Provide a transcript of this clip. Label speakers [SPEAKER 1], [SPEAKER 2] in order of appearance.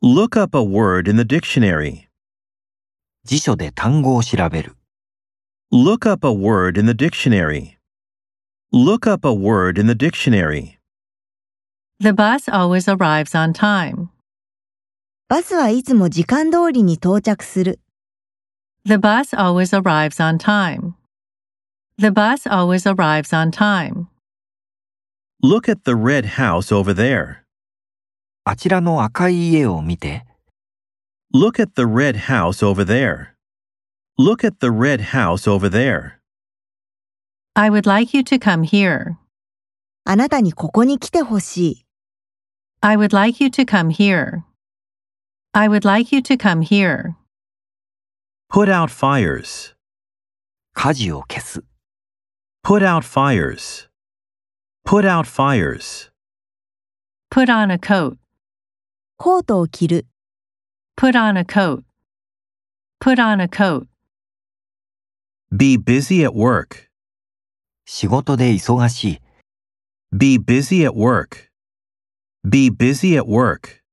[SPEAKER 1] Look up a word in the dictionary.
[SPEAKER 2] 辞書で単語を調べる。
[SPEAKER 1] Look up a word in the dictionary. Look up a word in the dictionary.
[SPEAKER 3] The bus always arrives on time.
[SPEAKER 4] バスはいつも時間通りに到着する。
[SPEAKER 3] The bus always arrives on time. The bus always arrives on time.
[SPEAKER 1] Look at the red house over there.
[SPEAKER 2] あちらの赤い家を見て、
[SPEAKER 1] Look at the red house over there. Look at the red house over there.
[SPEAKER 3] I would like you to come here.
[SPEAKER 4] あなたにここに来てほしい。
[SPEAKER 3] I would like you to come here. I would like you to come here.
[SPEAKER 1] Put out fires.
[SPEAKER 2] 火事を消す。
[SPEAKER 1] Put out fires. Put out fires.
[SPEAKER 3] Put on a coat.
[SPEAKER 4] コートを着る。
[SPEAKER 3] Put on a coat. Put on a coat.
[SPEAKER 1] Be busy at work.
[SPEAKER 2] 仕事で忙しい。
[SPEAKER 1] Be busy at work. Be busy at work.